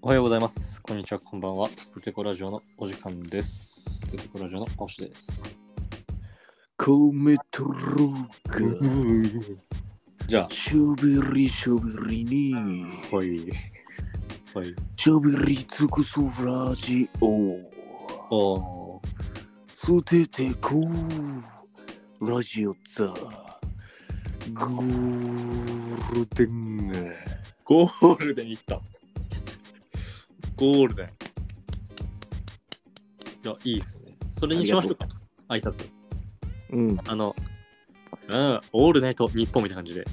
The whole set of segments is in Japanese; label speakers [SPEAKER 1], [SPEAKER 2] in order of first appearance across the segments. [SPEAKER 1] おはようございます。こんにちは、こんばんは。ステコラジオのお時間です。ステコラジオのおしです。
[SPEAKER 2] コメトロが
[SPEAKER 1] じゃ
[SPEAKER 2] しょべりしょべりに
[SPEAKER 1] あ、ほい。ほい。
[SPEAKER 2] しょべり尽くすラジオ
[SPEAKER 1] おー
[SPEAKER 2] 捨ててこうラジオザゴールデン
[SPEAKER 1] ゴールデンいった。ゴールデン。いや、いいっすね。それにしましょうか。挨拶。
[SPEAKER 2] うん
[SPEAKER 1] あの、うん、オールナイト日本みたいな感じで。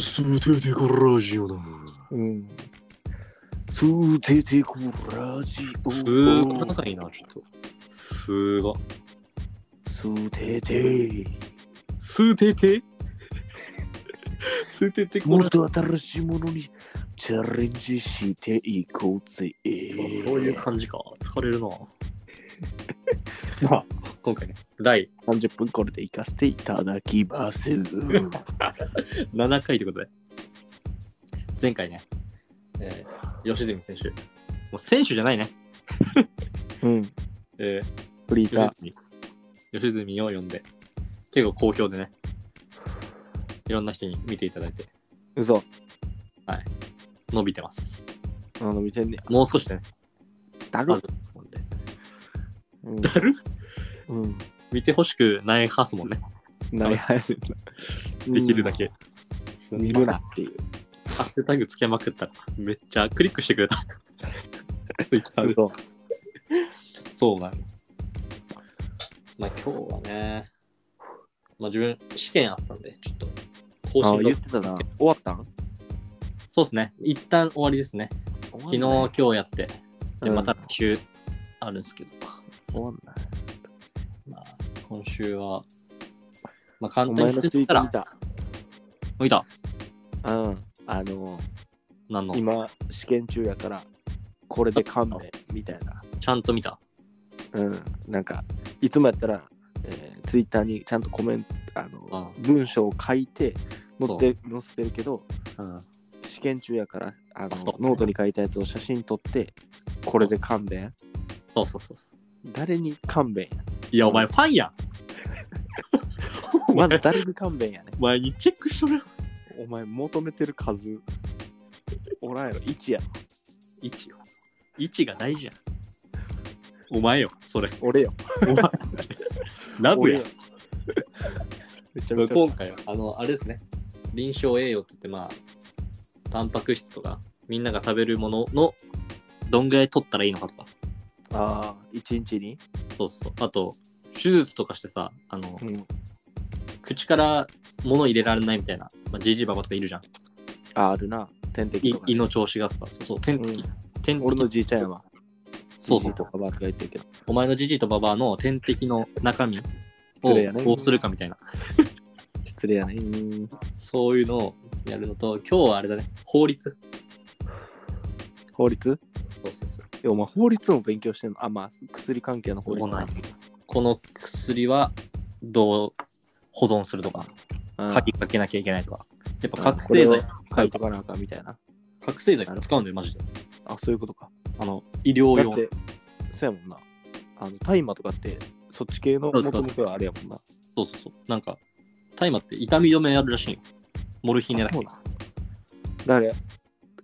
[SPEAKER 2] 捨ててこラジオだうん捨ててこラジオ
[SPEAKER 1] すーごい仲いいな、ちょっと。すーごい。
[SPEAKER 2] 捨てて
[SPEAKER 1] すーててすーてて
[SPEAKER 2] もっと新しいものにチャレンジしていこうぜ。
[SPEAKER 1] そういう感じか。疲れるな。まあ、今回ね、第
[SPEAKER 2] 30分これで行かせていただき ます。
[SPEAKER 1] 7回ということで、前回ね、えー、吉住選手、もう選手じゃないね、
[SPEAKER 2] うん、
[SPEAKER 1] え
[SPEAKER 2] フリー
[SPEAKER 1] ー
[SPEAKER 2] タ、
[SPEAKER 1] 吉住吉住を呼んで、結構好評でね、いろんな人に見ていただいて、
[SPEAKER 2] ー。嘘。
[SPEAKER 1] 伸びてます。
[SPEAKER 2] あの、見てんね。
[SPEAKER 1] もう少しでね、
[SPEAKER 2] だ
[SPEAKER 1] あ
[SPEAKER 2] る
[SPEAKER 1] る。んで
[SPEAKER 2] うん
[SPEAKER 1] だる
[SPEAKER 2] うん。
[SPEAKER 1] 見てほしくないはすもんね、
[SPEAKER 2] なりはやる。
[SPEAKER 1] できるだけ。
[SPEAKER 2] うん。見るなっていう。
[SPEAKER 1] ハッシュタグつけまくったら、めっちゃクリックしてくれ た。Twitter で
[SPEAKER 2] 嘘。
[SPEAKER 1] そうなの。まあ今日はね、まあ自分試験あったんで、ちょっと更
[SPEAKER 2] あ
[SPEAKER 1] 新
[SPEAKER 2] 言
[SPEAKER 1] が
[SPEAKER 2] ってたな。終わったん
[SPEAKER 1] そうですね。一旦終わりですね。昨日、
[SPEAKER 2] 終わ
[SPEAKER 1] 今
[SPEAKER 2] んない
[SPEAKER 1] 日やって、で
[SPEAKER 2] うん
[SPEAKER 1] また来週あるんですけど、
[SPEAKER 2] 終わんない。
[SPEAKER 1] まあ今週は、まあ
[SPEAKER 2] お
[SPEAKER 1] 簡単
[SPEAKER 2] 前
[SPEAKER 1] に
[SPEAKER 2] のツ
[SPEAKER 1] 言
[SPEAKER 2] イ
[SPEAKER 1] っ
[SPEAKER 2] ー
[SPEAKER 1] た
[SPEAKER 2] ト
[SPEAKER 1] ら
[SPEAKER 2] 見、た。
[SPEAKER 1] 見た
[SPEAKER 2] うん。あの、
[SPEAKER 1] 何の
[SPEAKER 2] 今、試験中やから、これで勘弁みたいな。
[SPEAKER 1] ちゃんと見た
[SPEAKER 2] うん、なんかいつもやったら、えー、ツイッターにちゃんとコメントあの、
[SPEAKER 1] う
[SPEAKER 2] 文章を書いて載って載せてるけど
[SPEAKER 1] うん。
[SPEAKER 2] 試験中やからあの
[SPEAKER 1] あそう
[SPEAKER 2] ノートに書いたやつを写真撮ってこれで勘弁
[SPEAKER 1] そうそうそうそう。
[SPEAKER 2] 誰に勘弁や
[SPEAKER 1] いや、お前ファンやんお
[SPEAKER 2] ま
[SPEAKER 1] 前
[SPEAKER 2] ず誰に勘弁やね
[SPEAKER 1] お前にチェックしとるよ。
[SPEAKER 2] お前求めてる数おらんやろ1やろ
[SPEAKER 1] 位置よ。位置が大事やん。お前よ、それ。
[SPEAKER 2] 俺よ
[SPEAKER 1] お前ラブ
[SPEAKER 2] 俺
[SPEAKER 1] や
[SPEAKER 2] よ。めちゃめちゃ
[SPEAKER 1] 今回は、あの、あれですね。臨床栄養って言って、まあ、タンパク質とか、みんなが食べるものの、どんぐらい取ったらいいのかとか。
[SPEAKER 2] ああ1日に、
[SPEAKER 1] そうそう。あと、手術とかしてさ、あの、
[SPEAKER 2] うん、
[SPEAKER 1] 口から物入れられないみたいな、まあ、ジジイババとかいるじゃん。
[SPEAKER 2] ああるな点滴
[SPEAKER 1] い
[SPEAKER 2] とかね、
[SPEAKER 1] 胃の調子がとか、そうそう、天敵。
[SPEAKER 2] うん
[SPEAKER 1] 天敵
[SPEAKER 2] 俺のじいちゃんやわ
[SPEAKER 1] そうそう
[SPEAKER 2] じいとかばあとか言ってるけど
[SPEAKER 1] お前のジジイとババアの天敵の中身を
[SPEAKER 2] 失礼やね
[SPEAKER 1] どうするかみたいな。
[SPEAKER 2] 失礼やねうん
[SPEAKER 1] そういうのをやるのと、今日はあれだね、法律。
[SPEAKER 2] 法律
[SPEAKER 1] そうそうそう
[SPEAKER 2] いやお前法律も勉強してんのあまあ薬関係の法律
[SPEAKER 1] もうこの薬はどう保存するとか、鍵かけなきゃいけないとか。やっぱ覚醒剤、
[SPEAKER 2] 書いとかなあかんみたいな
[SPEAKER 1] 覚醒剤使うんだよ、マジで。
[SPEAKER 2] あそういうことか
[SPEAKER 1] あの、医療
[SPEAKER 2] だっ
[SPEAKER 1] 用。
[SPEAKER 2] てそうやもんなあの大麻とかってそっち系の
[SPEAKER 1] そうそ
[SPEAKER 2] もと
[SPEAKER 1] うそう
[SPEAKER 2] もとはあれやもんな
[SPEAKER 1] そうそうそう。なんか、大麻って痛み止めやるらしいよ。モルヒネだっけ
[SPEAKER 2] あそうなんだか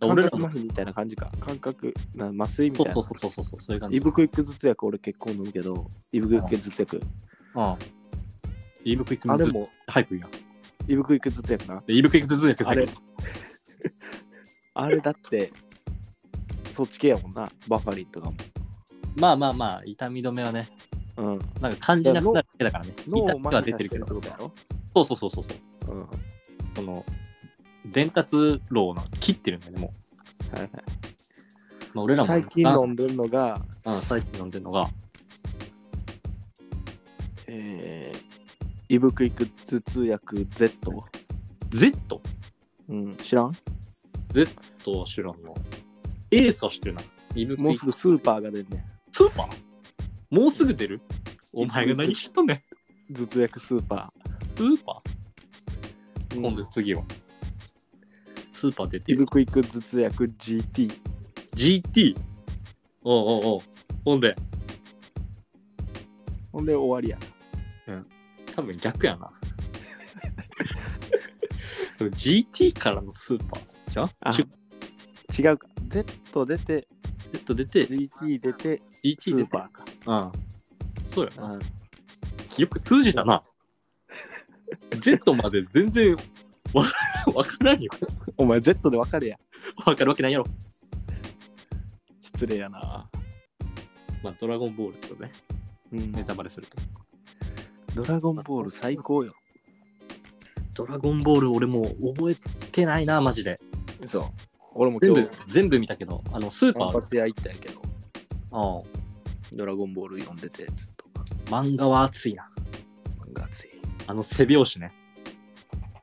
[SPEAKER 2] ら
[SPEAKER 1] 俺ら
[SPEAKER 2] 感覚
[SPEAKER 1] も
[SPEAKER 2] 麻。酔みたいな感じか感覚な麻酔みた
[SPEAKER 1] そ
[SPEAKER 2] いうな
[SPEAKER 1] そうそうそうそう、そういう感じ。
[SPEAKER 2] イブクイック頭痛薬俺結構飲むけどイブクイック頭痛薬
[SPEAKER 1] うん。イブクイック
[SPEAKER 2] あれ
[SPEAKER 1] ずっと
[SPEAKER 2] も
[SPEAKER 1] 早く言うやん。
[SPEAKER 2] イブクイック頭痛薬な
[SPEAKER 1] でイブクイックずっと
[SPEAKER 2] あ
[SPEAKER 1] 早
[SPEAKER 2] れ
[SPEAKER 1] く言う。
[SPEAKER 2] あれだってそっち系やもんなバファリンとかも
[SPEAKER 1] まあまあまあ、痛み止めはね、
[SPEAKER 2] うん
[SPEAKER 1] なんか感じなくなるだけだからね。
[SPEAKER 2] 脳
[SPEAKER 1] 痛
[SPEAKER 2] を
[SPEAKER 1] みは
[SPEAKER 2] 麻
[SPEAKER 1] 出てる
[SPEAKER 2] 痺させ
[SPEAKER 1] け
[SPEAKER 2] て
[SPEAKER 1] ど
[SPEAKER 2] るって。ことやろ
[SPEAKER 1] そうそうそうそうそう。
[SPEAKER 2] うんは
[SPEAKER 1] その伝達路をな切ってるんだよねも
[SPEAKER 2] いはい、
[SPEAKER 1] う、まあ、俺らも
[SPEAKER 2] 最近飲んでるのが、
[SPEAKER 1] うん最近飲んでるのが
[SPEAKER 2] えー、イブクイック頭痛薬 Z。
[SPEAKER 1] Z
[SPEAKER 2] うん、知らん
[SPEAKER 1] とは知らんのエースは知ってるなイブクイ
[SPEAKER 2] もうすぐスーパーが出るね
[SPEAKER 1] スーパーもうすぐ出るお前が何知っとんねん
[SPEAKER 2] ん。頭痛薬スーパ
[SPEAKER 1] スーパー
[SPEAKER 2] ー。
[SPEAKER 1] 今度次はスーパー出て
[SPEAKER 2] イ
[SPEAKER 1] る
[SPEAKER 2] ブクイック頭痛薬 GT。
[SPEAKER 1] GT。おうおうおう。ほんで、
[SPEAKER 2] ほんで終わりや
[SPEAKER 1] 多分逆や な。でも GT からのスーパーじゃん
[SPEAKER 2] あ
[SPEAKER 1] ちょ
[SPEAKER 2] な違うか Z 出て
[SPEAKER 1] っと出て、
[SPEAKER 2] GT 出て
[SPEAKER 1] GT
[SPEAKER 2] ス
[SPEAKER 1] 出
[SPEAKER 2] ー
[SPEAKER 1] て。
[SPEAKER 2] パーか
[SPEAKER 1] うん。そうやな。
[SPEAKER 2] うん
[SPEAKER 1] よく通じた な。Z まで全然わからんわからんよ。
[SPEAKER 2] お前 Z で分かるやん
[SPEAKER 1] わかるわけないやろ。
[SPEAKER 2] 失礼やな
[SPEAKER 1] まあ、ドラゴンボールとね、
[SPEAKER 2] うん
[SPEAKER 1] ネタバレすると。
[SPEAKER 2] ドラゴンボール最高よ
[SPEAKER 1] ドラゴンボール俺もう覚えてないな、マジで。
[SPEAKER 2] そう俺も
[SPEAKER 1] 全
[SPEAKER 2] 今
[SPEAKER 1] 部
[SPEAKER 2] 日、
[SPEAKER 1] 全部見たけど、あの、スーパ
[SPEAKER 2] 反
[SPEAKER 1] ー
[SPEAKER 2] 発屋行ったんやけど
[SPEAKER 1] あ
[SPEAKER 2] ドラゴンボール読んでてずっと
[SPEAKER 1] あ漫画は熱いな。
[SPEAKER 2] 漫画熱い
[SPEAKER 1] あの背拍子ね、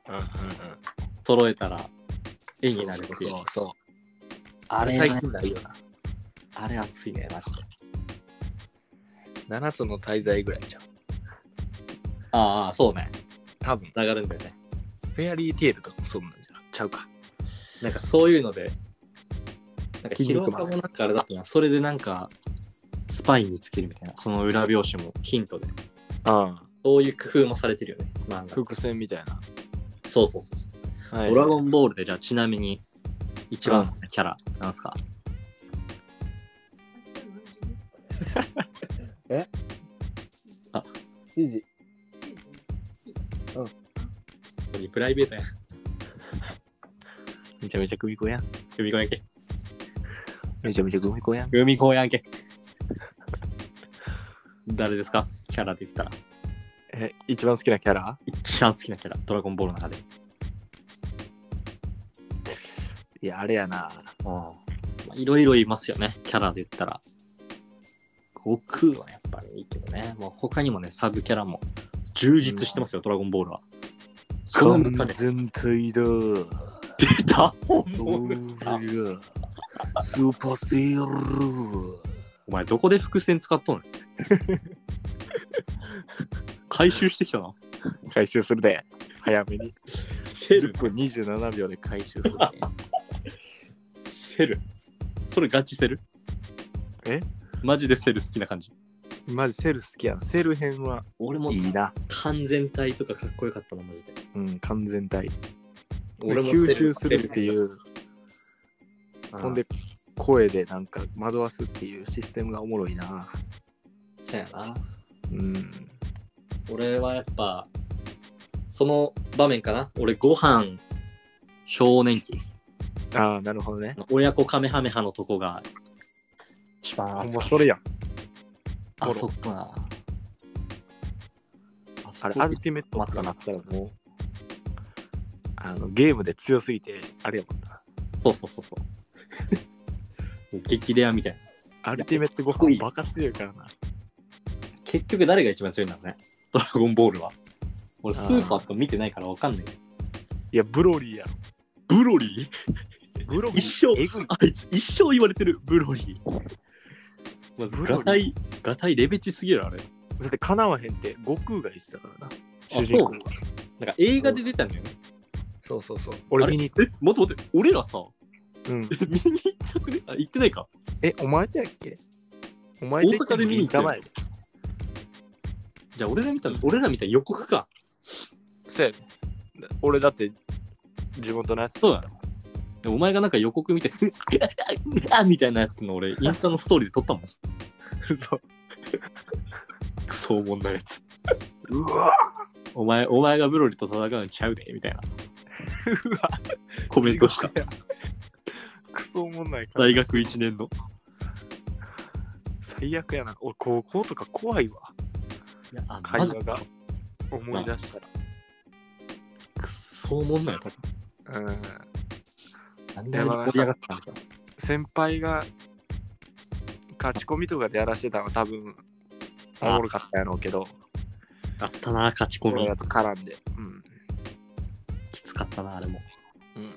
[SPEAKER 2] うんうんうん
[SPEAKER 1] 揃えたら絵になるっていう。
[SPEAKER 2] そうそう
[SPEAKER 1] あれ、
[SPEAKER 2] 最近ないよな
[SPEAKER 1] あれ熱いね、マジで。
[SPEAKER 2] 7つの滞在ぐらいじゃん
[SPEAKER 1] ああ、そうね。
[SPEAKER 2] 多分
[SPEAKER 1] 流れんだよね。
[SPEAKER 2] フェアリーテールとかもそうなんじゃんちゃうか
[SPEAKER 1] なんかそういうので、なんか
[SPEAKER 2] 筋
[SPEAKER 1] ヒロ
[SPEAKER 2] 肉マン
[SPEAKER 1] カもなんかあれだったな、それでなんか、スパイにつけるみたいな、その裏表紙もヒントで、
[SPEAKER 2] ああ
[SPEAKER 1] そういう工夫もされてるよね、漫画。
[SPEAKER 2] 伏線みたいな、
[SPEAKER 1] そうそうそうそう。
[SPEAKER 2] は
[SPEAKER 1] ドラゴ
[SPEAKER 2] ン
[SPEAKER 1] ンボールで、じゃあちなみに、一番好きなキャラ、なんすか
[SPEAKER 2] 指示
[SPEAKER 1] プライベ ートやん。
[SPEAKER 2] めちゃめちゃ組子やん
[SPEAKER 1] 海子やんけ。
[SPEAKER 2] めちゃめちゃ組子やん
[SPEAKER 1] 海子やんけ。誰ですかキャラで言ったら。
[SPEAKER 2] え一番好きなキャラ
[SPEAKER 1] 一番好きなキャラ、ドラゴンボールの中で。
[SPEAKER 2] いやあれやな
[SPEAKER 1] まあいろいろいますよね、キャラで言ったら。悟空はやっぱりいいけどね。もう他にもね、サブキャラも充実してますよ、ドラゴンボールは。その中
[SPEAKER 2] 完
[SPEAKER 1] で
[SPEAKER 2] 全体だ
[SPEAKER 1] 出た本
[SPEAKER 2] 俺
[SPEAKER 1] 物だ
[SPEAKER 2] がスーパーセール
[SPEAKER 1] お前、どこで伏線使っと んの回収してきたな。
[SPEAKER 2] 回収するで早めに
[SPEAKER 1] セ
[SPEAKER 2] 10、分27秒で回収するで
[SPEAKER 1] セル。それガチセル
[SPEAKER 2] え
[SPEAKER 1] マジでセル好きな感じ。
[SPEAKER 2] マジセル好きやなセル編は
[SPEAKER 1] 俺も
[SPEAKER 2] いいな
[SPEAKER 1] 完全体とかかっこよかったな、マジで。
[SPEAKER 2] うん完全体
[SPEAKER 1] 俺も
[SPEAKER 2] 吸収するって
[SPEAKER 1] う。
[SPEAKER 2] いうほんで声でなんか惑わすっていうシステムがおもろいな
[SPEAKER 1] そうやな。
[SPEAKER 2] うん
[SPEAKER 1] 俺はやっぱ、その場面かな俺、ご飯、少年期。
[SPEAKER 2] ああなるほどね
[SPEAKER 1] 親子カメハメハのとこが、一番熱
[SPEAKER 2] もう
[SPEAKER 1] かっ
[SPEAKER 2] それやん
[SPEAKER 1] た。
[SPEAKER 2] も
[SPEAKER 1] あ
[SPEAKER 2] う
[SPEAKER 1] そこな。そこ
[SPEAKER 2] あれアルティメットとかなったらもうあのゲームで強すぎてあれやもんな
[SPEAKER 1] そうそうそうそう。激レアみたいな。
[SPEAKER 2] アルティメットご
[SPEAKER 1] かっこいい
[SPEAKER 2] 飯バカ強いからな
[SPEAKER 1] 結局誰が一番強いんだろうね。ドラゴンボールは。俺、スーパーとか見てないからわかんないけど。
[SPEAKER 2] いやブロリーやろ
[SPEAKER 1] ブロリ
[SPEAKER 2] ブロリー
[SPEAKER 1] 一生
[SPEAKER 2] えぐ
[SPEAKER 1] ー
[SPEAKER 2] い
[SPEAKER 1] あいつ一生言われてる、ブロリー。まず、
[SPEAKER 2] ブロリー
[SPEAKER 1] ガタイ、ガタイレベチすぎる、あれ。
[SPEAKER 2] だってかなわへんって悟空が言ってたからな
[SPEAKER 1] そう
[SPEAKER 2] 主人公が
[SPEAKER 1] なんか映画で出たんだよね。
[SPEAKER 2] そうそうそう
[SPEAKER 1] あ
[SPEAKER 2] 俺
[SPEAKER 1] れ
[SPEAKER 2] 見に行
[SPEAKER 1] え、待って待って、俺らさ、
[SPEAKER 2] った、うん、
[SPEAKER 1] 見に行ったくねあ、行ってないか。
[SPEAKER 2] えお前とやっけお前とやっけ
[SPEAKER 1] 大阪で見に行ったよ
[SPEAKER 2] 前
[SPEAKER 1] じゃあ俺ら見たの、俺ら見た予告か。
[SPEAKER 2] そうやね俺だって地元のやつ
[SPEAKER 1] そうだろ。でお前がなんか予告見て、うっあみたいなやつの俺、インスタのストーリーで撮ったもん。
[SPEAKER 2] そう
[SPEAKER 1] クソおもんなやつ。
[SPEAKER 2] うわ
[SPEAKER 1] お前、お前がブロリと戦うのちゃうで、みたいな
[SPEAKER 2] うわ
[SPEAKER 1] コメントした。
[SPEAKER 2] クソおもんないか ら
[SPEAKER 1] 大学1年の。
[SPEAKER 2] 最悪やな俺高校とか怖いわ
[SPEAKER 1] いや、あ
[SPEAKER 2] 会
[SPEAKER 1] マジ
[SPEAKER 2] 話が思い出したら
[SPEAKER 1] クソおもんなやつ。
[SPEAKER 2] うん
[SPEAKER 1] なんであんなに盛り上がったんだろ
[SPEAKER 2] 先輩が勝ち込みとかでやらしてたのは多分おもろかったやろうけど
[SPEAKER 1] うあったな、勝ち込
[SPEAKER 2] 俺
[SPEAKER 1] み
[SPEAKER 2] ら。と絡んでうん
[SPEAKER 1] きつかったな、あれも。
[SPEAKER 2] うん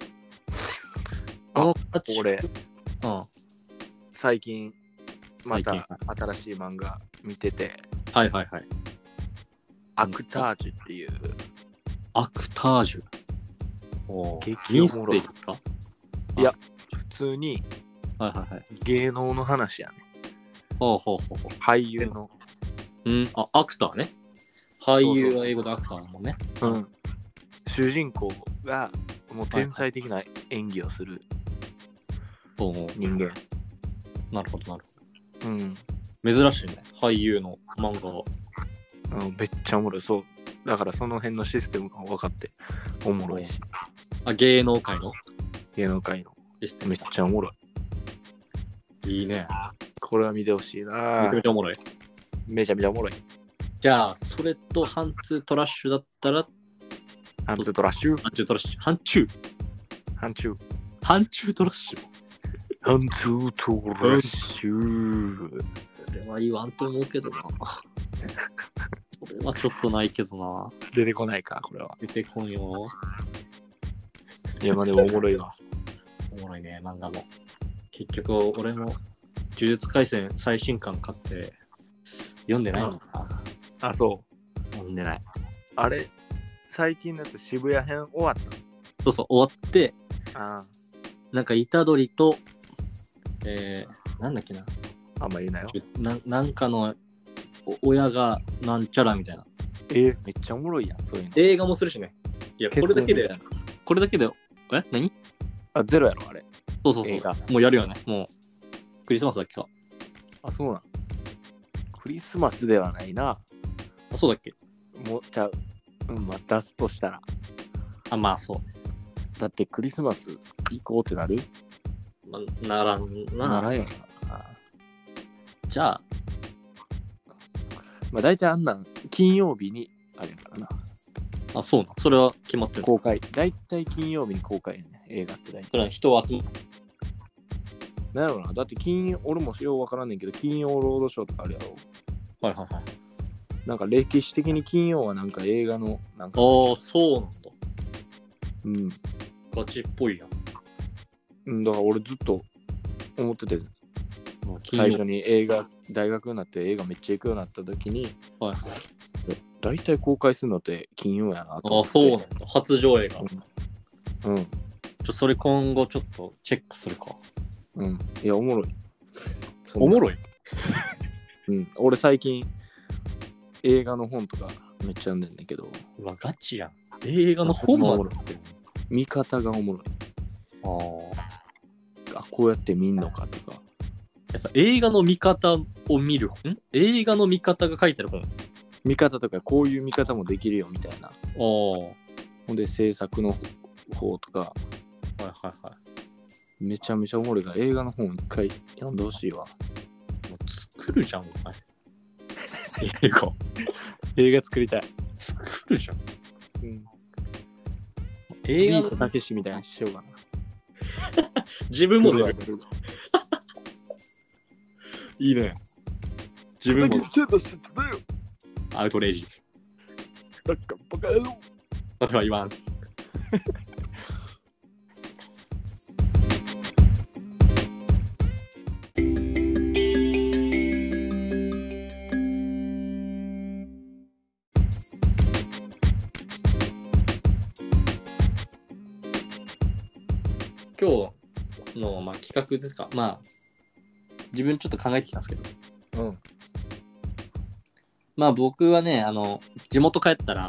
[SPEAKER 1] あの勝ち
[SPEAKER 2] 俺
[SPEAKER 1] うん。は
[SPEAKER 2] 最近ま
[SPEAKER 1] 最
[SPEAKER 2] た
[SPEAKER 1] 近
[SPEAKER 2] 新しい漫画見てて
[SPEAKER 1] いはいはい。
[SPEAKER 2] アクタージュっていう
[SPEAKER 1] アクタージュ。お
[SPEAKER 2] 激
[SPEAKER 1] ミ
[SPEAKER 2] お
[SPEAKER 1] ス
[SPEAKER 2] も
[SPEAKER 1] テ
[SPEAKER 2] ろ
[SPEAKER 1] イ
[SPEAKER 2] い
[SPEAKER 1] ですか
[SPEAKER 2] 普通に
[SPEAKER 1] はいはいはい。
[SPEAKER 2] 芸能の話やね。
[SPEAKER 1] ほうほうほうほ
[SPEAKER 2] 俳優の。
[SPEAKER 1] う。うん、あ、アクターね。俳優は英語でアクターだもんね。
[SPEAKER 2] うん。主人公がもう天才的な演技をする
[SPEAKER 1] ほうほ
[SPEAKER 2] 人間。
[SPEAKER 1] うなるほどなる
[SPEAKER 2] うん。
[SPEAKER 1] ほど。珍しいね。俳優の漫画は。
[SPEAKER 2] うんめっちゃおもろい。そう。だからその辺のシステムが分かっておもろいし、
[SPEAKER 1] あ、芸能界の
[SPEAKER 2] 芸能界の
[SPEAKER 1] システ
[SPEAKER 2] め
[SPEAKER 1] ム
[SPEAKER 2] っちゃおもろい。
[SPEAKER 1] いいね。
[SPEAKER 2] これは見てほしい
[SPEAKER 1] めち
[SPEAKER 2] な
[SPEAKER 1] ゃめちゃおもろい。
[SPEAKER 2] めちゃめちゃおもろい。
[SPEAKER 1] じゃあ、それとハンツートラッシュだったら、
[SPEAKER 2] ハンツートラッシュ。
[SPEAKER 1] ハンチュートラッシュ。ハンチュー。
[SPEAKER 2] ハンチュー。
[SPEAKER 1] ハンチュートラッシュ。
[SPEAKER 2] ハンツートラッシュ。
[SPEAKER 1] これは言わんと思うけどな。これはちょっとないけどな。
[SPEAKER 2] 出てこないか、これは。
[SPEAKER 1] 出てこんよ。
[SPEAKER 2] いや、まあでもおもろいわ。
[SPEAKER 1] おもろいね、漫画も。結局、俺も、呪術廻戦最新刊買って、読んでないのかな。
[SPEAKER 2] あ、そう。
[SPEAKER 1] 読んでない。
[SPEAKER 2] あれ、最近のやつ渋谷編終わっ
[SPEAKER 1] そうそう、終わって、
[SPEAKER 2] たのあ
[SPEAKER 1] なんか、虎杖と、えー、なんだっけな。
[SPEAKER 2] あ、あんま言うなよ。
[SPEAKER 1] ちょななんかの、お親がなんちゃらみたいな。
[SPEAKER 2] えー、めっちゃおもろいやん、そういうの。
[SPEAKER 1] 映画もするしね。いや、これだけ
[SPEAKER 2] 血
[SPEAKER 1] で
[SPEAKER 2] 縁み、たいな
[SPEAKER 1] これだけで、え何
[SPEAKER 2] あ、ゼロやろ、あれ。
[SPEAKER 1] そうそうそ
[SPEAKER 2] 映画
[SPEAKER 1] う。もうやるよね。もう、クリスマスだっけか。
[SPEAKER 2] あ、そうなん。クリスマスではないな。
[SPEAKER 1] あ、そうだっけ
[SPEAKER 2] もう、ちゃう。うん、まあ、出すとしたら。
[SPEAKER 1] あ、まあそう。
[SPEAKER 2] だってクリスマス行こうってなる
[SPEAKER 1] まあ、ならんな。
[SPEAKER 2] ならんよな。
[SPEAKER 1] じゃあ、
[SPEAKER 2] まあ、大体あんなん、金曜日に、あれやからな。
[SPEAKER 1] あ、そうな。それは決まってる。
[SPEAKER 2] 公開。大体金曜日に公開やね、映画って大体。
[SPEAKER 1] それは人を集め
[SPEAKER 2] なんやろな。だって金、俺もようわからんねんけど、金曜ロードショーとかあるやろ。
[SPEAKER 1] はいはいはい。
[SPEAKER 2] なんか歴史的に金曜はなんか映画の、なんか、
[SPEAKER 1] ああ、そうなんだ。
[SPEAKER 2] うん。
[SPEAKER 1] ガチっぽいやん。
[SPEAKER 2] うん、だから俺ずっと思ってて、
[SPEAKER 1] 最
[SPEAKER 2] 最初
[SPEAKER 1] 初に。
[SPEAKER 2] に映画、大学になって映画めっちゃ行くようになった時に、
[SPEAKER 1] はい、
[SPEAKER 2] 大体公開するのって金曜やなと
[SPEAKER 1] あ
[SPEAKER 2] 思
[SPEAKER 1] あ、
[SPEAKER 2] って。
[SPEAKER 1] そうなんだ。初上映が。ちょ
[SPEAKER 2] うん。
[SPEAKER 1] っとそれ今後ちょっとチェックするか。
[SPEAKER 2] うん。いや、おもろい。
[SPEAKER 1] おも
[SPEAKER 2] ろ
[SPEAKER 1] ろい。
[SPEAKER 2] うん。俺最近、映画の本とかめっちゃ読んでんだけど、
[SPEAKER 1] うわ、ガチやん。映画の本もある
[SPEAKER 2] 見方がおもろい。
[SPEAKER 1] ああ。
[SPEAKER 2] あ、こうやって見んのかとか。
[SPEAKER 1] えさ映画の見方を見る本ん映画の見方が書いてある本。
[SPEAKER 2] 見方とかこういう見方もできるよみたいな。
[SPEAKER 1] あ
[SPEAKER 2] ほんで制作の方とか
[SPEAKER 1] あ。はいはいは
[SPEAKER 2] めちゃめちゃおもろいから映画の本一回読んでほしいわ。
[SPEAKER 1] い。もう作るじゃん、 お前。映画。
[SPEAKER 2] 映画作りたい。
[SPEAKER 1] 作るじゃん。
[SPEAKER 2] うん、
[SPEAKER 1] 映
[SPEAKER 2] ビ
[SPEAKER 1] 画
[SPEAKER 2] ー
[SPEAKER 1] の
[SPEAKER 2] トたけしみたいにしようかな。
[SPEAKER 1] 自分も出る。
[SPEAKER 2] る。
[SPEAKER 1] いいね。自分も
[SPEAKER 2] ちゃんとしてたよ。
[SPEAKER 1] アウトレイジ。
[SPEAKER 2] なんかバカ野郎。
[SPEAKER 1] それは言わん。今日の、まあ、企画ですか、まあ、自分ちょっと考えてきたんですけど、
[SPEAKER 2] うん。
[SPEAKER 1] まあ僕はね、あの、地元帰ったら、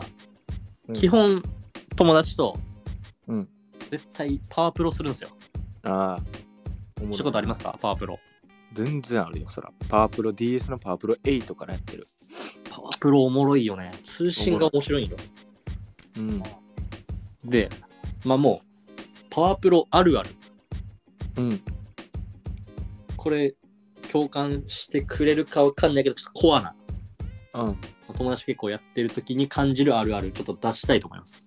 [SPEAKER 2] うん
[SPEAKER 1] 基本友達と、
[SPEAKER 2] うん
[SPEAKER 1] 絶対パワープロするんですよ。
[SPEAKER 2] ああ。おもろい
[SPEAKER 1] したことありますかパワープロ。
[SPEAKER 2] 全然あるよ、そら。パワープロ DS のパワープロ8からやってる。
[SPEAKER 1] パワープロおもろいよね。通信が面白いんよ。
[SPEAKER 2] うん。
[SPEAKER 1] で、まあもう、パワープロあるある。
[SPEAKER 2] うん。
[SPEAKER 1] これ、共感してくれるかわかんないけど、ちょっとコアな。
[SPEAKER 2] うん。
[SPEAKER 1] 友達結構やってる時に感じるあるある、ちょっと出したいと思います。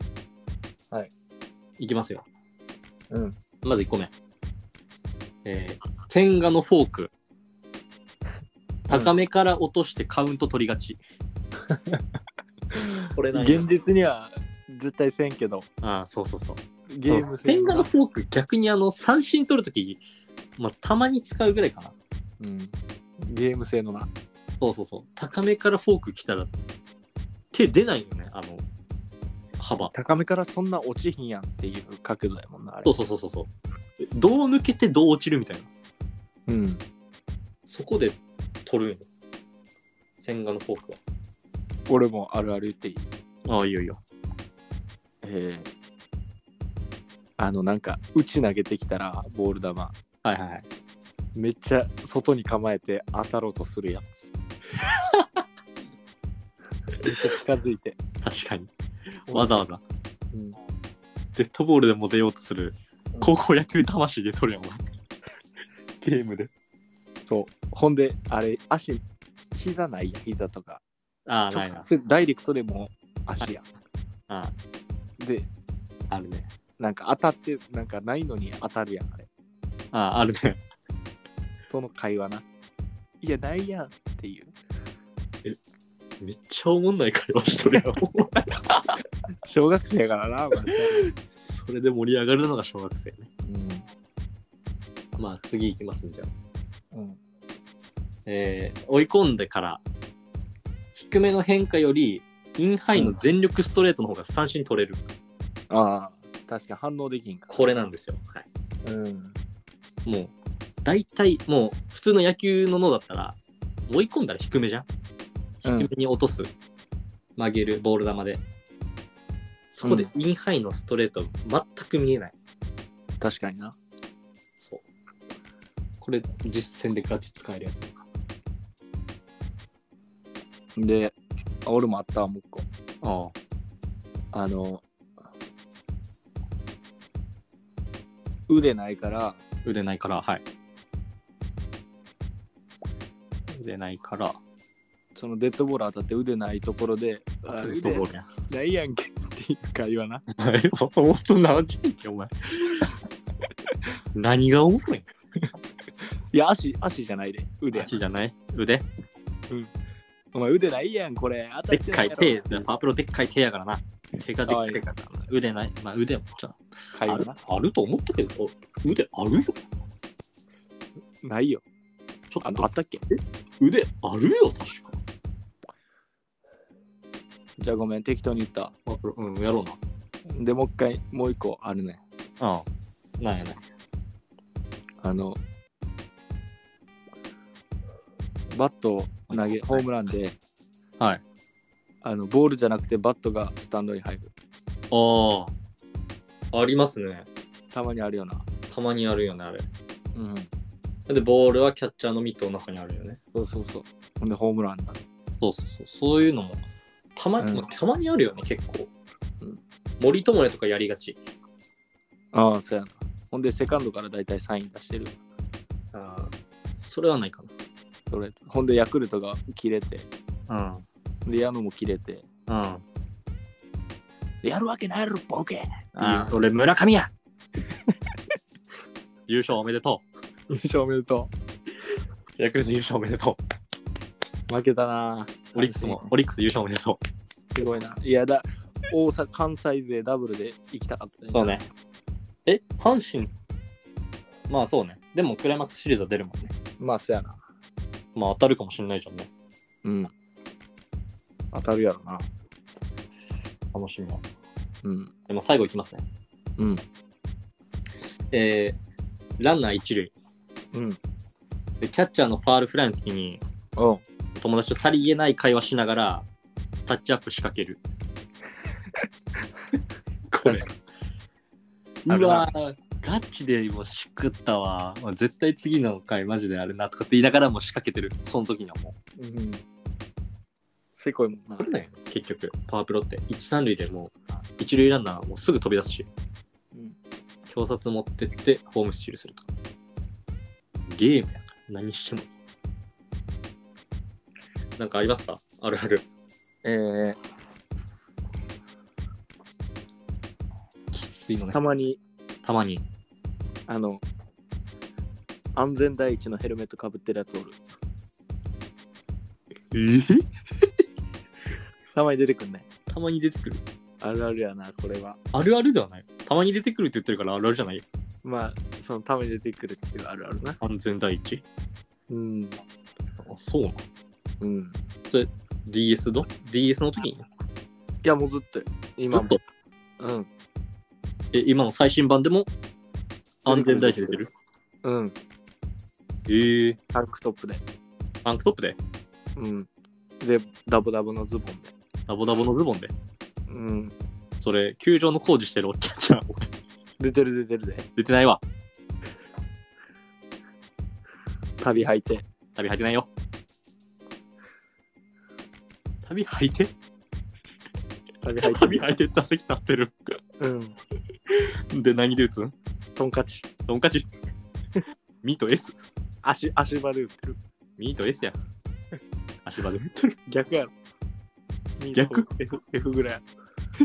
[SPEAKER 2] はい。
[SPEAKER 1] いきますよ。
[SPEAKER 2] うん。
[SPEAKER 1] まず1個目。えー、天下のフォーク。高めから落としてカウント取りがち。これなんや
[SPEAKER 2] 現実には絶対せんけど、
[SPEAKER 1] ああ、そうそうそう。
[SPEAKER 2] ゲーム
[SPEAKER 1] 天
[SPEAKER 2] 性
[SPEAKER 1] 下のフォーク、逆にあの、三振取るとき、まあ、たまに使うぐらいかな。
[SPEAKER 2] うん。ゲーム性のな。
[SPEAKER 1] そうそうそう。高めからフォーク来たら、手出ないよね、あの、幅。
[SPEAKER 2] 高めからそんな落ちひんやんっていう角度やもんな、あれ。
[SPEAKER 1] そうそうそうそうそう。どう抜けてどう落ちるみたいな。
[SPEAKER 2] うん。
[SPEAKER 1] そこで取るんよ千賀のフォーク
[SPEAKER 2] 俺もあるある言っていい
[SPEAKER 1] は。ああ、いいよいいよ。
[SPEAKER 2] えーあのなんか打ち投げてきたらボール球
[SPEAKER 1] はいはいはい。
[SPEAKER 2] めっちゃ外に構えて当たろうとするや つめっちゃ近づいて、
[SPEAKER 1] 確かに。わざわざ。
[SPEAKER 2] うん、
[SPEAKER 1] デッドボールでも出ようとする。高校野球魂で取るやん、お前。ゲームで。
[SPEAKER 2] そうほんであれ足膝ないやん膝とか
[SPEAKER 1] ああ、ない
[SPEAKER 2] 直
[SPEAKER 1] な。
[SPEAKER 2] 接ダイレクトでも足やん、
[SPEAKER 1] あ
[SPEAKER 2] で
[SPEAKER 1] あ、あるね。
[SPEAKER 2] なんか当たってなんかないのに当たるやんあれ
[SPEAKER 1] ああ、あるね。
[SPEAKER 2] その会話ないやないやんっていう
[SPEAKER 1] めっちゃおもんない会話しとるやん。
[SPEAKER 2] 小学生やからな、マジで
[SPEAKER 1] それで盛り上がるのが小学生ね。
[SPEAKER 2] うん
[SPEAKER 1] まあ次行きますんじゃあ。
[SPEAKER 2] うん
[SPEAKER 1] えー追い込んでから、低めの変化より、インハイの全力ストレートの方が三振取れる。
[SPEAKER 2] ああ、確かに反応できんか。
[SPEAKER 1] これなんですよ。はい。
[SPEAKER 2] うん。
[SPEAKER 1] もう、大体、もう、普通の野球の脳だったら、追い込んだら低めじゃん。低
[SPEAKER 2] うん
[SPEAKER 1] めに落とす、曲げる、ボール球で。そこでインハイのストレート、全く見えない。
[SPEAKER 2] 確かにな。
[SPEAKER 1] そう。これ、実践でガチ使えるやつ。
[SPEAKER 2] で、あ俺もあったわ、もう一個。
[SPEAKER 1] あ
[SPEAKER 2] あの、腕ないから、
[SPEAKER 1] あ、腕ないから、はい。腕ないから、
[SPEAKER 2] そのデッドボール当たって腕ないところで、あ
[SPEAKER 1] デッドボールやん。
[SPEAKER 2] 腕ないやんけっていう会話な。
[SPEAKER 1] え、 もっと何時ってお前。 何がおもろい
[SPEAKER 2] いや、足、足じゃないで、
[SPEAKER 1] ん
[SPEAKER 2] 腕。
[SPEAKER 1] 足じゃない腕
[SPEAKER 2] お前腕ないやん、これ。当た
[SPEAKER 1] で
[SPEAKER 2] っ
[SPEAKER 1] ってか
[SPEAKER 2] ない
[SPEAKER 1] い
[SPEAKER 2] やろ
[SPEAKER 1] 手、パープロでっかい手やからな。手がでっかいからな。腕ない。まあ腕もちょっ
[SPEAKER 2] 会
[SPEAKER 1] とあ
[SPEAKER 2] 話
[SPEAKER 1] る
[SPEAKER 2] な。
[SPEAKER 1] あると思ったけど、腕あるよ。
[SPEAKER 2] ないよ。
[SPEAKER 1] ちょ
[SPEAKER 2] あ
[SPEAKER 1] っ
[SPEAKER 2] のあ
[SPEAKER 1] と
[SPEAKER 2] ったっけ
[SPEAKER 1] 腕あるよ、確か。
[SPEAKER 2] じゃあごめん、適当に言った。
[SPEAKER 1] パープロ、うん、やろうな。
[SPEAKER 2] で、もう一回、もう一個あるね。
[SPEAKER 1] ああ。なんやね。
[SPEAKER 2] あの、バットを投げ、ホームランで、
[SPEAKER 1] はい。
[SPEAKER 2] あのボールじゃなくてバットがスタンドに入る。
[SPEAKER 1] ああ。ありますね。
[SPEAKER 2] たまにあるよな。
[SPEAKER 1] たまにあるよね、あれ。
[SPEAKER 2] うん。
[SPEAKER 1] で、ボールはキャッチャーのミットの中にあるよね。
[SPEAKER 2] そうそうそう。ほんで、ホームランだ。
[SPEAKER 1] そうそうそう、そういうのも、たま,、
[SPEAKER 2] うん
[SPEAKER 1] たまにあるよね、結構。
[SPEAKER 2] うん
[SPEAKER 1] 森友哉とかやりがち。
[SPEAKER 2] ああ、そうやな。ほんで、セカンドからだいたいサイン出してる。
[SPEAKER 1] あそれはないか
[SPEAKER 2] それほんで、ヤクルトが切れて、
[SPEAKER 1] な。
[SPEAKER 2] で、矢野も切れて、
[SPEAKER 1] うん。うん。
[SPEAKER 2] やるわけないやろ、ボケ
[SPEAKER 1] ああ、それ村上や 優勝おめでと
[SPEAKER 2] 優勝おめでと
[SPEAKER 1] う。ヤクルト優勝おめでと
[SPEAKER 2] う。負けたな。
[SPEAKER 1] う。オリックスも、オリックス優勝おめでとう。
[SPEAKER 2] すごいな。いやだ、大阪、関西勢ダブルで行きたかった、ね。
[SPEAKER 1] そうね。え、阪神まあそうね。でもクライマックスシリーズは出るもんね。
[SPEAKER 2] まあ、そうやな。
[SPEAKER 1] まあ当たるかもしれないじゃんね。
[SPEAKER 2] うん。当たるやろな。
[SPEAKER 1] 楽しみは。
[SPEAKER 2] うん。
[SPEAKER 1] でも最後いきますね。
[SPEAKER 2] うん。
[SPEAKER 1] えー、ランナー一塁。
[SPEAKER 2] うん。
[SPEAKER 1] でキャッチャーのファールフライの時に、
[SPEAKER 2] おう
[SPEAKER 1] 友達とさりげない会話しながらタッチアップ仕掛けるこれ
[SPEAKER 2] ある
[SPEAKER 1] う
[SPEAKER 2] な
[SPEAKER 1] わーガチでもうしくったわまあ絶対次の回マジであれなとかって言いながらもう仕掛けてるその時にはも
[SPEAKER 2] うん。せこいもんな
[SPEAKER 1] う。なんだよ結局パワープロって一三塁でもう一塁ランナーもうすぐ飛び出すし
[SPEAKER 2] うん
[SPEAKER 1] 表札持ってってホームスチールするとゲームやから何してもいいなんかありますかあるある
[SPEAKER 2] えー、
[SPEAKER 1] きついのね
[SPEAKER 2] たまに、
[SPEAKER 1] たまに
[SPEAKER 2] あの、安全第一のヘルメットかぶってるやつおる。
[SPEAKER 1] え
[SPEAKER 2] たまに出てくんね。
[SPEAKER 1] たまに出てくる。
[SPEAKER 2] あるあるやな、これは。
[SPEAKER 1] あるあるではない。たまに出てくるって言ってるからあるあるじゃない。
[SPEAKER 2] まあ、そのたまに出てくるっていうあるあるな。
[SPEAKER 1] 安全第一。
[SPEAKER 2] うん。
[SPEAKER 1] あ、そうなの。
[SPEAKER 2] うん。
[SPEAKER 1] DS の ?DS の時に
[SPEAKER 2] いや、もうずっとよ、
[SPEAKER 1] ず
[SPEAKER 2] 今
[SPEAKER 1] っ
[SPEAKER 2] も。
[SPEAKER 1] と。
[SPEAKER 2] うん。
[SPEAKER 1] え、今の最新版でも安全第一出てる
[SPEAKER 2] うん。
[SPEAKER 1] ええ
[SPEAKER 2] タンクトップで。
[SPEAKER 1] タンクトップで
[SPEAKER 2] うん。で、ダボダボのズボンで。
[SPEAKER 1] ダボダボのズボンで。
[SPEAKER 2] うん。
[SPEAKER 1] それ、球場の工事してるおっちゃんじゃん。
[SPEAKER 2] 出てる出てるで。
[SPEAKER 1] 出てないわ。
[SPEAKER 2] 旅履いて。
[SPEAKER 1] 旅履いてないよ。旅履いて
[SPEAKER 2] 旅履いて。
[SPEAKER 1] 旅履いて打席立ってる。
[SPEAKER 2] うん。
[SPEAKER 1] で、何で打つん
[SPEAKER 2] トンカチ。
[SPEAKER 1] トンカチ。ミート S。
[SPEAKER 2] 足、足場で打ってる。
[SPEAKER 1] ミート S や。足場で打ってる。
[SPEAKER 2] 逆やろ。
[SPEAKER 1] 逆
[SPEAKER 2] ?F, F ぐらいや。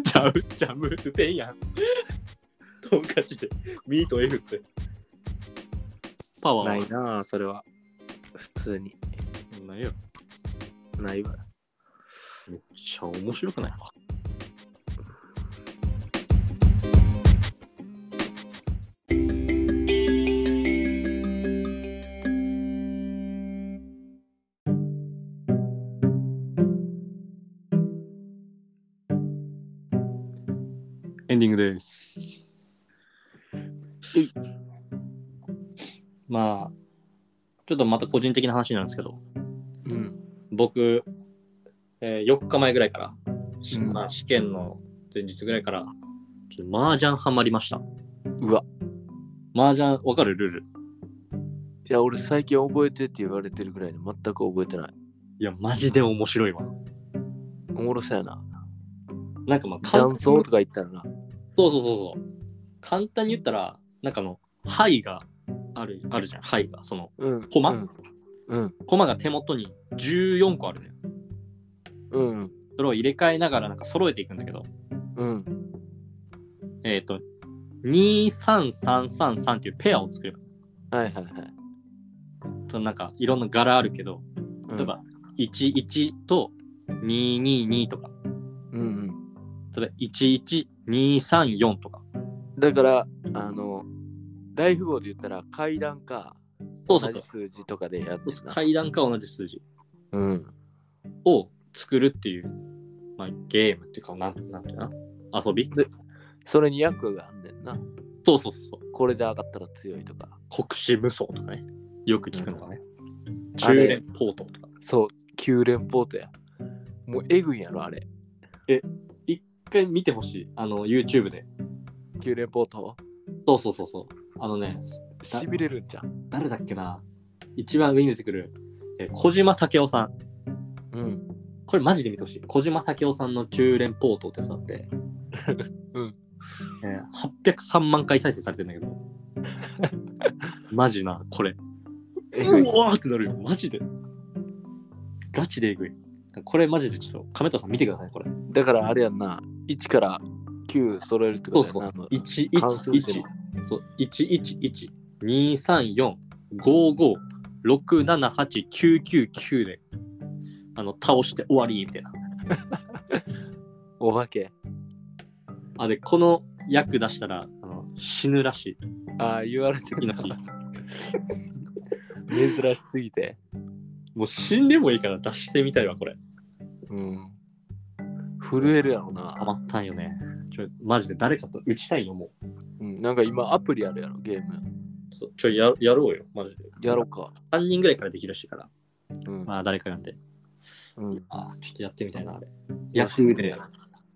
[SPEAKER 1] ちゃう、ちゃう、打てんやん。トンカチで。ミート F って。パワーは
[SPEAKER 2] ないなぁ、それは。普通に。
[SPEAKER 1] ないよ。
[SPEAKER 2] ないわ。
[SPEAKER 1] めっちゃ面白くないか。エンディングです。
[SPEAKER 2] えい
[SPEAKER 1] まあ、ちょっとまた個人的な話になるんですけど、
[SPEAKER 2] うん。
[SPEAKER 1] 僕、えー4日前ぐらいから、し
[SPEAKER 2] うん
[SPEAKER 1] まあ、試験の前日ぐらいから、ちょっと麻雀ハマりました。
[SPEAKER 2] うわ。
[SPEAKER 1] 麻雀、わかるルール。
[SPEAKER 2] いや、俺最近覚えてって言われてるぐらいに全く覚えてない。
[SPEAKER 1] いや、マジで面白いわ。
[SPEAKER 2] おもろそうやな。
[SPEAKER 1] なんかまあ、
[SPEAKER 2] ジャンソ
[SPEAKER 1] そ
[SPEAKER 2] ー
[SPEAKER 1] う
[SPEAKER 2] とか言ったらな。
[SPEAKER 1] そうそうそう。簡単に言ったら、なんかあの、牌があるあるじゃん、牌が。その、
[SPEAKER 2] うん。
[SPEAKER 1] 駒
[SPEAKER 2] うん。うん。
[SPEAKER 1] 駒が手元に14個あるね。
[SPEAKER 2] うん。
[SPEAKER 1] それを入れ替えながら、なんか揃えていくんだけど、
[SPEAKER 2] うん。
[SPEAKER 1] えっ、と、23333っていうペアを作れば、
[SPEAKER 2] はいはいはい。
[SPEAKER 1] そのなんかいろんな柄あるけど、
[SPEAKER 2] うん
[SPEAKER 1] 例えば、11と222とか、
[SPEAKER 2] うんうん。
[SPEAKER 1] 例えば11234とか。
[SPEAKER 2] だから、あの、大富豪で言ったら階段か、
[SPEAKER 1] そう
[SPEAKER 2] 同
[SPEAKER 1] そう
[SPEAKER 2] じ数字とかでやるん
[SPEAKER 1] そう。階段か同じ数字
[SPEAKER 2] うん。
[SPEAKER 1] を作るっていう、まあ、ゲームっていうか、なんなんていうのかな遊び
[SPEAKER 2] でそれに役があんねんな。
[SPEAKER 1] そうそうそうそう。
[SPEAKER 2] これで上がったら強いとか。
[SPEAKER 1] 国士無双とかね。よく聞くのがね。
[SPEAKER 2] あ
[SPEAKER 1] 中
[SPEAKER 2] れ
[SPEAKER 1] 連ポートとか。
[SPEAKER 2] そう、9連ポートや。もうエグいんやろ、あれ。
[SPEAKER 1] 一回見てほしい。あの、YouTube で。
[SPEAKER 2] 9連ポート。
[SPEAKER 1] そうそうそうそう。あのね、
[SPEAKER 2] しびれるんじゃん。
[SPEAKER 1] 誰だっけな一番上に出てくる、えー小島武夫さん。
[SPEAKER 2] うん。
[SPEAKER 1] これマジで見てほしい。小島武夫さんの中連ポートってやつあって、
[SPEAKER 2] うん
[SPEAKER 1] えー803万回再生されてんだけ ど、マジな、これ。
[SPEAKER 2] え
[SPEAKER 1] う
[SPEAKER 2] ぐい。
[SPEAKER 1] わーってなるよ、マジで。ガチでえぐい。これマジでちょっと、亀田さん見てください、これ。
[SPEAKER 2] だからあれやんな。1から9揃えるって
[SPEAKER 1] そ
[SPEAKER 2] こ
[SPEAKER 1] う
[SPEAKER 2] と
[SPEAKER 1] そ
[SPEAKER 2] やな
[SPEAKER 1] う
[SPEAKER 2] あの。
[SPEAKER 1] 1、
[SPEAKER 2] 関数
[SPEAKER 1] 1
[SPEAKER 2] 字、
[SPEAKER 1] 1、そう、1、1、1、2、3、4、5、5、6、7、8、9、9、9で、あの、倒して終わり、みたいな。
[SPEAKER 2] お化け。
[SPEAKER 1] あ、で、この役出したら、あの死ぬらしい。
[SPEAKER 2] ああ、言われてるな。
[SPEAKER 1] 命
[SPEAKER 2] 珍しすぎて。
[SPEAKER 1] もう死んでもいいから出してみたいわ、これ。
[SPEAKER 2] うん。震えるやろ
[SPEAKER 1] ハ
[SPEAKER 2] な。
[SPEAKER 1] マったんよね。ちょ、マジで誰かと打ちたいよ、も
[SPEAKER 2] うん、なんか今アプリあるやろ、ゲーム。
[SPEAKER 1] う。そうちょや、やろうよ、マジで。
[SPEAKER 2] やろうか。
[SPEAKER 1] 3人ぐらいからできるらしいから。
[SPEAKER 2] うん。
[SPEAKER 1] まあ、誰かなんで。
[SPEAKER 2] うん。
[SPEAKER 1] あーちょっとやってみたいな、あれ。
[SPEAKER 2] や
[SPEAKER 1] ヤ
[SPEAKER 2] って
[SPEAKER 1] フ
[SPEAKER 2] み
[SPEAKER 1] ー
[SPEAKER 2] たい
[SPEAKER 1] で
[SPEAKER 2] な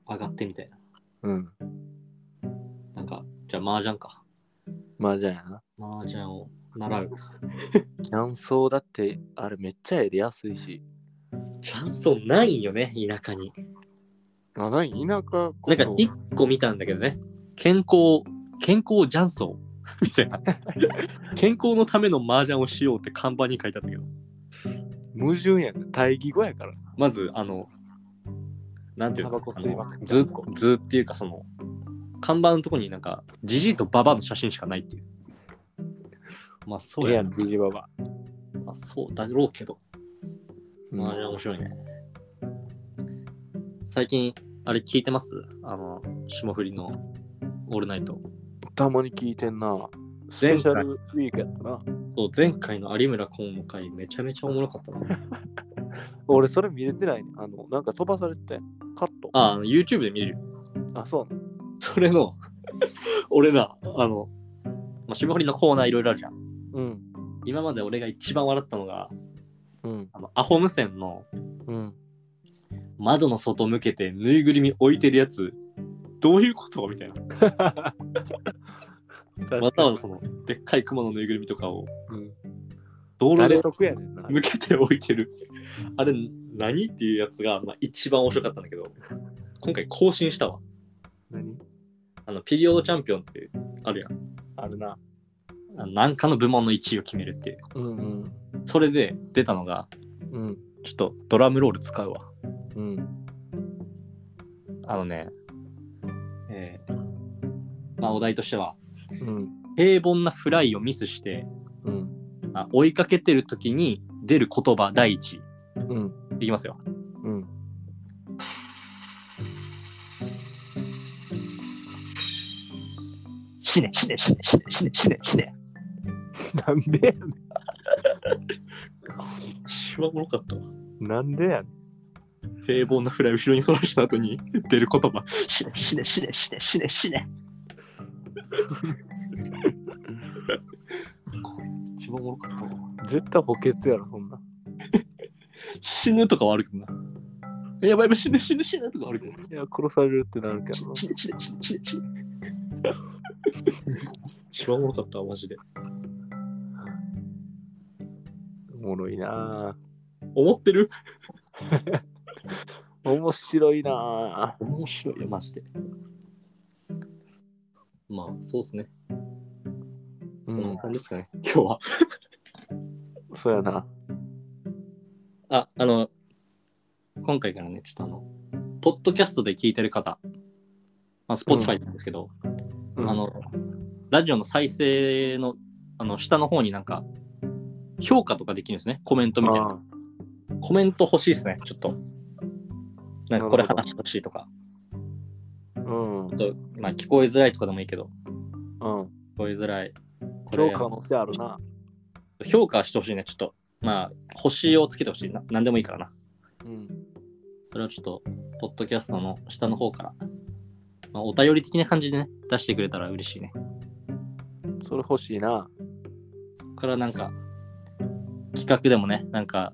[SPEAKER 1] 上がってみたいな。
[SPEAKER 2] うん。
[SPEAKER 1] なんか、じゃあ、麻雀か。
[SPEAKER 2] まあじゃあやな。
[SPEAKER 1] 麻雀を習う。
[SPEAKER 2] キャンソーだって、あれめっちゃええで安いし。
[SPEAKER 1] チャンソンないよね、田舎に。
[SPEAKER 2] あ、ない田舎こそ
[SPEAKER 1] なんか、1個見たんだけどね。健康、健康ジャンソン。みたいな。 健康のための麻雀をしようって看板に書いてあったけど。
[SPEAKER 2] 矛盾やん。対義語やから。
[SPEAKER 1] まず、あの、なんていうの
[SPEAKER 2] タバコ吸いまく
[SPEAKER 1] あの
[SPEAKER 2] って
[SPEAKER 1] 図図っていうか、その、看板のとこになんか、じじいとババアの写真しかないっていう。まあ、そうやな、
[SPEAKER 2] ビジババ。
[SPEAKER 1] まあ、そうだろうけど、
[SPEAKER 2] うん
[SPEAKER 1] まあ、あれは面白いね。最近、あれ聞いてますあの、霜降りのオールナイト。
[SPEAKER 2] たまに聞いてんな。ス
[SPEAKER 1] 前回
[SPEAKER 2] ペシャルウィークやったな。
[SPEAKER 1] そう、前回の有村昆の回、めちゃめちゃおもろかったな。
[SPEAKER 2] 俺それ見れてないね。あの、なんか飛ばされてたやんカット。
[SPEAKER 1] あ、あの YouTube で見れるよ。
[SPEAKER 2] あ、そうなの。
[SPEAKER 1] それ の、俺な、あの、まあ、霜降りのコーナーいろいろあるじゃん。
[SPEAKER 2] うん。
[SPEAKER 1] 今まで俺が一番笑ったのが、
[SPEAKER 2] うん。
[SPEAKER 1] あのアホ無線の
[SPEAKER 2] うん。
[SPEAKER 1] 窓の外向けてぬいぐるみ置いてるやつ、どういうことみたいな。わざわざその、でっかい熊のぬいぐるみとかを、
[SPEAKER 2] うん
[SPEAKER 1] 道路
[SPEAKER 2] 誰
[SPEAKER 1] に
[SPEAKER 2] 得やねんな。
[SPEAKER 1] 向けて置いてる。あれ、何っていうやつが、まあ、一番面白かったんだけど、今回更新したわ。
[SPEAKER 2] 何
[SPEAKER 1] あの、ピリオドチャンピオンってあるやん。
[SPEAKER 2] あるな。
[SPEAKER 1] あのなんかの部門の1位を決めるっていう。
[SPEAKER 2] うんうん。
[SPEAKER 1] それで出たのが、
[SPEAKER 2] うん。
[SPEAKER 1] ちょっとドラムロール使うわ。
[SPEAKER 2] うん。
[SPEAKER 1] あのね、えーまあお題としては、
[SPEAKER 2] うん。
[SPEAKER 1] 平凡なフライをミスして、
[SPEAKER 2] うん。
[SPEAKER 1] あ追いかけてる時に出る言葉第一。
[SPEAKER 2] うん。
[SPEAKER 1] いきますよ。
[SPEAKER 2] うん。
[SPEAKER 1] 死ね、死ね、死ね、死ね、死ね、死ね、死ね。
[SPEAKER 2] なんでやね
[SPEAKER 1] 一番おもろかったわ。
[SPEAKER 2] ん。なんでやねん。
[SPEAKER 1] 平凡なフライを後ろにそらした後に出る言葉。死ね、死ね、死ね、死ね、死ね、死ね。一番おもろかったわ。
[SPEAKER 2] 絶対補欠やろ、そんな。
[SPEAKER 1] 死ぬとかはあるけどな。やばいやばい、死ぬ、死ぬ、死ぬとかはあるけどな。
[SPEAKER 2] いや、殺されるってなるけどな。
[SPEAKER 1] 一番おもろかったわ、マジで。
[SPEAKER 2] おもろいな
[SPEAKER 1] 思ってる
[SPEAKER 2] ぁ。面白いな
[SPEAKER 1] 面白いよ、マジで。まあ、そうですね。
[SPEAKER 2] ぁ。う
[SPEAKER 1] そん
[SPEAKER 2] ん
[SPEAKER 1] な。感じですかね、今日は。
[SPEAKER 2] そうやな。
[SPEAKER 1] あ、あの、今回からね、ちょっとあの、ポッドキャストで聞いてる方、まあ、Spotify なんですけど、
[SPEAKER 2] うん
[SPEAKER 1] あ、の、ラジオの再生の、あの、下の方になんか、評価とかできるんですね。コメントみたいな。
[SPEAKER 2] あ
[SPEAKER 1] コメント欲しいですね、ちょっと。なんかこれ
[SPEAKER 2] なるほど
[SPEAKER 1] 話してほしいとか、
[SPEAKER 2] ーうん。
[SPEAKER 1] ちょっとまあ聞こえづらいとかでもいいけど、
[SPEAKER 2] うん。
[SPEAKER 1] 聞こえづらい。こ
[SPEAKER 2] 今
[SPEAKER 1] れ
[SPEAKER 2] 日可能性あるな。
[SPEAKER 1] 評価してほしいね、ちょっと。まあ、星をつけてほしいな。なんでもいいからな。
[SPEAKER 2] うん。
[SPEAKER 1] それはちょっと、ポッドキャストの下の方から、まあ、お便り的な感じでね、出してくれたら嬉しいね。
[SPEAKER 2] それ欲しいな。
[SPEAKER 1] そこからなんか、企画でもね、なんか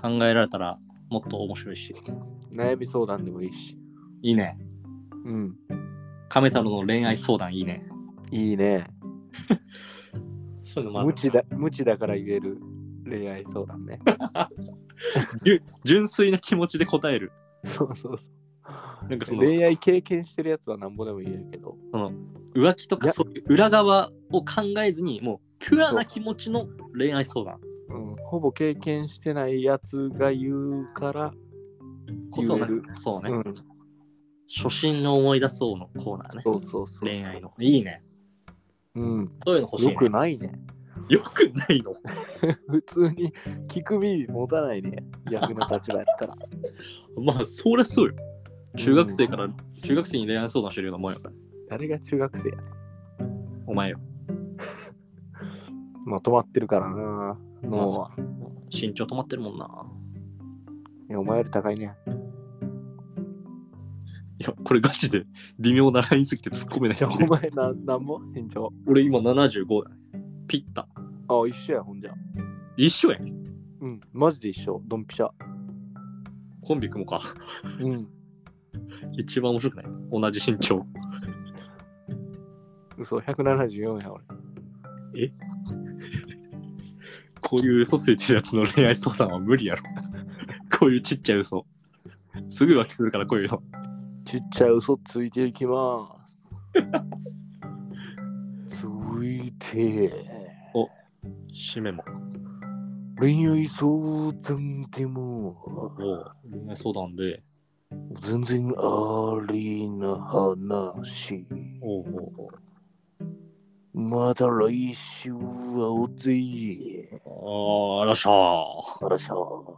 [SPEAKER 1] 考えられたらもっと面白いし。
[SPEAKER 2] 悩み相談でもいいし。
[SPEAKER 1] いいね。
[SPEAKER 2] うん。
[SPEAKER 1] 亀太郎の恋愛相談いいね。
[SPEAKER 2] いいね。
[SPEAKER 1] そういうの
[SPEAKER 2] 無知だ無知だから言える恋愛相談ね。
[SPEAKER 1] 純粋な気持ちで答える。
[SPEAKER 2] そうそうそう。
[SPEAKER 1] なんかその、
[SPEAKER 2] 恋愛経験してるやつはなんぼでも言えるけど。
[SPEAKER 1] 浮気と
[SPEAKER 2] い
[SPEAKER 1] か
[SPEAKER 2] や
[SPEAKER 1] そういう裏側を考えずにもうピュアな気持ちの恋愛相談
[SPEAKER 2] うん、ほぼ経験してないやつが言うから、
[SPEAKER 1] こそなん
[SPEAKER 2] 言
[SPEAKER 1] かそうね、
[SPEAKER 2] うん、
[SPEAKER 1] 初心の思い出そうのコーナーね
[SPEAKER 2] そうそうそう。
[SPEAKER 1] 恋愛のいいね
[SPEAKER 2] うん、
[SPEAKER 1] そういうの欲しい、
[SPEAKER 2] よ
[SPEAKER 1] ね、
[SPEAKER 2] くないね。
[SPEAKER 1] よくないの
[SPEAKER 2] 普通に聞く耳持たないね。役の立場やから。
[SPEAKER 1] まあそりゃそうよ中学生から、中学生に恋愛相談してるようなもんやから
[SPEAKER 2] 誰が中学生やね
[SPEAKER 1] お前よ
[SPEAKER 2] まあ止まってるからな。脳は。
[SPEAKER 1] 身長止まってるもんない
[SPEAKER 2] やお前より高いね。
[SPEAKER 1] いやこれガチで微妙なラインすぎて突っ込めない
[SPEAKER 2] じゃあお前ななんぼ身長。
[SPEAKER 1] 俺今75だねピッタ
[SPEAKER 2] あ、一緒や、ほんじゃ。
[SPEAKER 1] 一緒やん
[SPEAKER 2] うん、マジで一緒。ドンピシャ。
[SPEAKER 1] コンビ組もうか
[SPEAKER 2] うん、
[SPEAKER 1] 一番面白くない同じ身長
[SPEAKER 2] 嘘、174や、俺。
[SPEAKER 1] こういう嘘ついてるやつの恋愛相談は無理やろ。 こういうちっちゃい嘘。すぐ浮気するからこういうの。
[SPEAKER 2] ちっちゃい嘘ついていきます。ついて。
[SPEAKER 1] 締めも。
[SPEAKER 2] 恋愛相談でも
[SPEAKER 1] おう恋愛相談で。
[SPEAKER 2] 全然ありな話。
[SPEAKER 1] おうおう
[SPEAKER 2] また来週会おうぜ。
[SPEAKER 1] おうあーあらしゃー。
[SPEAKER 2] あらしゃー。